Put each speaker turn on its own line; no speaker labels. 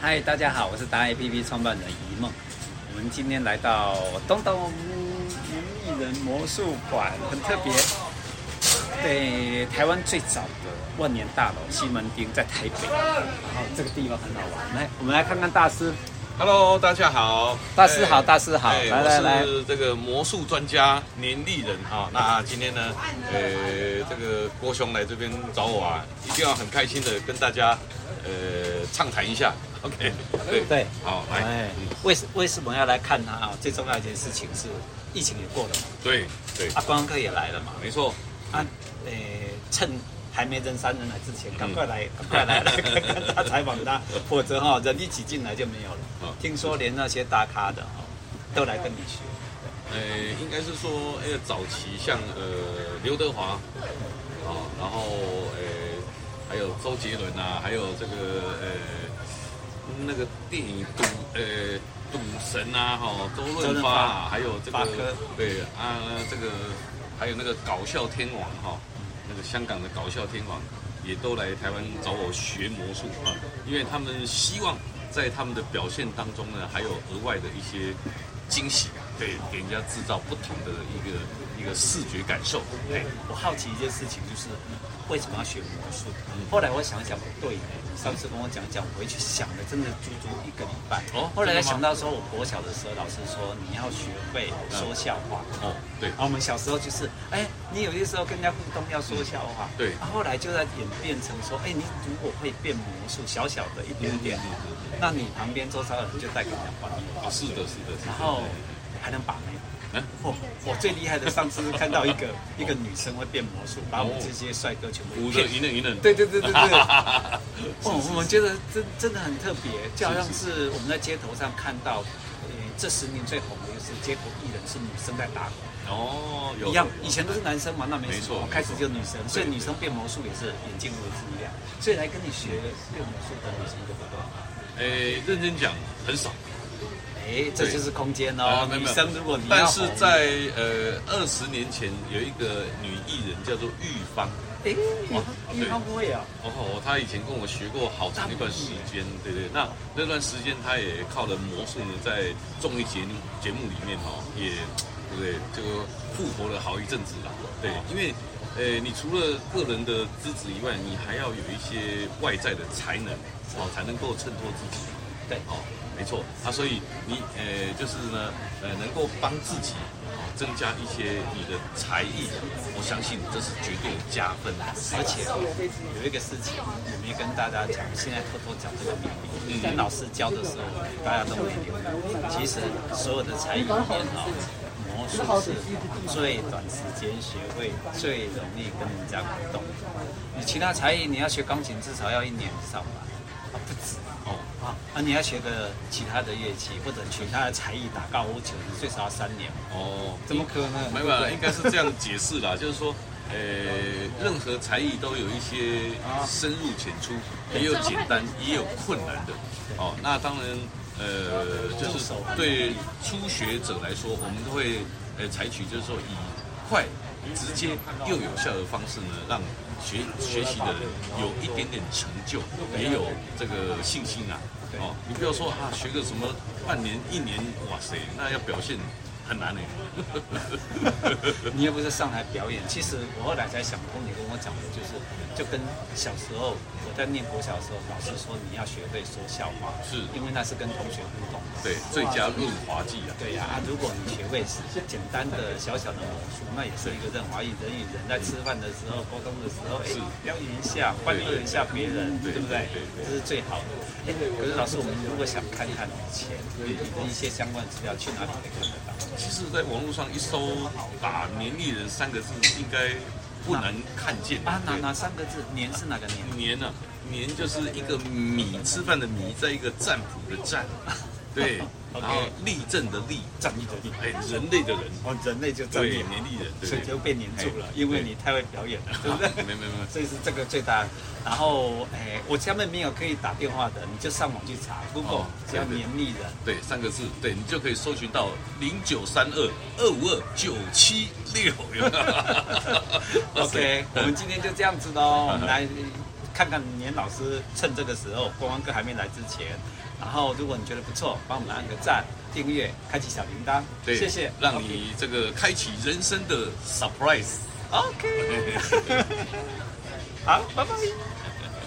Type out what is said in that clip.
嗨，大家好，我是达 APP 创办人一梦。我们今天来到东东艺人魔术馆，很特别。对，台湾最早的万年大楼西门町在台北，然后这个地方很好玩。来，我们来看看大师，
Hello，大家好，
大师好，
哎
大师好，
哎
来来来
我，是这个魔术专家年丽人啊、那今天呢，呃，这个郭兄来这边找我啊，一定要很开心的跟大家呃畅谈一下，OK？对，
对，
好，来，嗯
哎，为什为什么要来看他啊？最重要一件事情是，疫情也过了嘛，
对对，
啊，观光客也来了嘛，
没错，
啊，呃，趁还没人山人海之前，
嗯
赶快来， 赶快来，来看看他采访他，否则哈、人一挤进来就没有了
嗯。
听说连那些大咖的哈、都来跟你学，
呃，应该是说，呃，早期像呃刘德华啊、然后呃还有周杰伦啊，还有这个呃那个电影赌呃赌神啊，哈、周
周
润
润
发
发
啊，还有这
发
个
哥
对啊、这个还有那个搞笑天王哈、那个香港的搞笑天王也都来台湾找我学魔术啊，因为他们希望在他们的表现当中呢，还有额外的一些惊喜，啊对，给人家制造不同的一个一个视觉感受。对，
我好奇一件事情就是，为什么要学魔术？
嗯
后来我想想，不对哎，你上次跟我讲讲，我回去想了，真的足足一个礼拜。
哦
后来才
真的吗
想到说，我国小的时候，老师说你要学会说笑话。
哦，对
啊，我们小时候就是，哎，你有些时候跟人家互动要说笑话，
对
啊、后来就在演变成说，哎，你如果会变魔术，小小的一点点，那你旁边周遭的人就带给人家欢乐，
啊，是的，是的，是的
然后还能把妹。
嗯
我我最厉害的，上次看到一个 一个女生会变魔术，把我们这些帅哥全部
五
骗
的。赢了赢了，
对对对对 对。
是
哦
是，
我觉得真真的很特别，就好像是我们在街头上看到，呃，这十年最红的就是街头艺人是女生在打鼓。
哦，有
一样，以前都是男生嘛，那没
没
什
错
么。
没
开始就女生，所以
对
女生变魔术也是眼睛为之一亮。所以来跟你学变魔术的女生对不多。
诶，认真讲很少。
哎，这就是空间
啊
哦。
没有
女
没有
生如果你要
但
红
是在呃二十年前有一个女艺人叫做玉芳，
哎，
哇
你
对
好会啊！
哦，她以前跟我学过好长一段时间，对对。那那段时间她也靠了魔术呢，在综艺节目节目里面哦，也对不对，就复活了好一阵子啦。对，
哦
因为呃，你除了个人的资质以外，你还要有一些外在的才能哦，才能够衬托自己。
对，
哦，没错啊，所以你呃就是呢呃能够帮自己哦增加一些你的才艺，我相信这是绝对有加分的。
而且哦有一个事情也没跟大家讲，现在偷偷讲这个秘密。跟老师教的时候，大家都没留意。其实所有的才艺里面哦，魔术是最短时间学会、最容易跟人家互动的。你其他才艺，你要学钢琴至少要一年以上吧，啊不止
哦，
啊。啊，你要学个其他的乐器或者其他的才艺，打高尔夫球，你最少要三年。
哦，
怎么可能
没有啊，应该是这样解释啦， 就是说，呃，任何才艺都有一些深入浅出，也有简单，也有困难的。哦，那当然，呃，就是对初学者来说，我们都会呃采取就是说以快、直接又有效的方式呢，让学学习的人有一点点成就，也有这个信心啊。哦，你不要说啊，学个什么半年、一年，哇塞，那要表现很 难呢。
你又不是上台表演。其实我后来才想通，你跟我讲的就是，就跟小时候我在念国小的时候，老师说你要学会说笑话，
是
因为那是跟同学互动。
对，最佳润滑剂啊。
对呀、啊，如果你学会简单的小小的魔术，那也是一个润滑液。人与人在吃饭的时候、沟通的时候，哎
是，
表演一下，欢乐一下别人，
对
对不对
对对？
这是最好的。哎，可是老师，我们如果想看看以前你的一些相关资料，去哪里可以看得到？
其实，在网络上一搜“打年历人”三个字，应该不难看见
啊，哪哪三个字？年是哪个年？
年呢、啊年就是一个米，吃饭的米，在一个占卜的 占，对，
OK
然后立正的立，
正义的力。
哎，人类的人，
哦，人类就这
对，
样，
年历人，对
所以就被黏住了，因为你太会表演了，对不对？
没没没，
所以是这个最大的。然后，哎，我家面没有可以打电话的，你就上网去查 Google，
哦
只要
对对
黏腻人。
对，三个字，对你就可以搜寻到零九三二二五二九七六。 嗯
OK，我们今天就这样子喽，我们来看看年老师趁这个时候，观光哥还没来之前，然后如果你觉得不错，帮我们按个赞、订阅、开启小铃铛，
对，
谢谢，
让你这个开启人 生的 surprise。
OK，好，拜拜。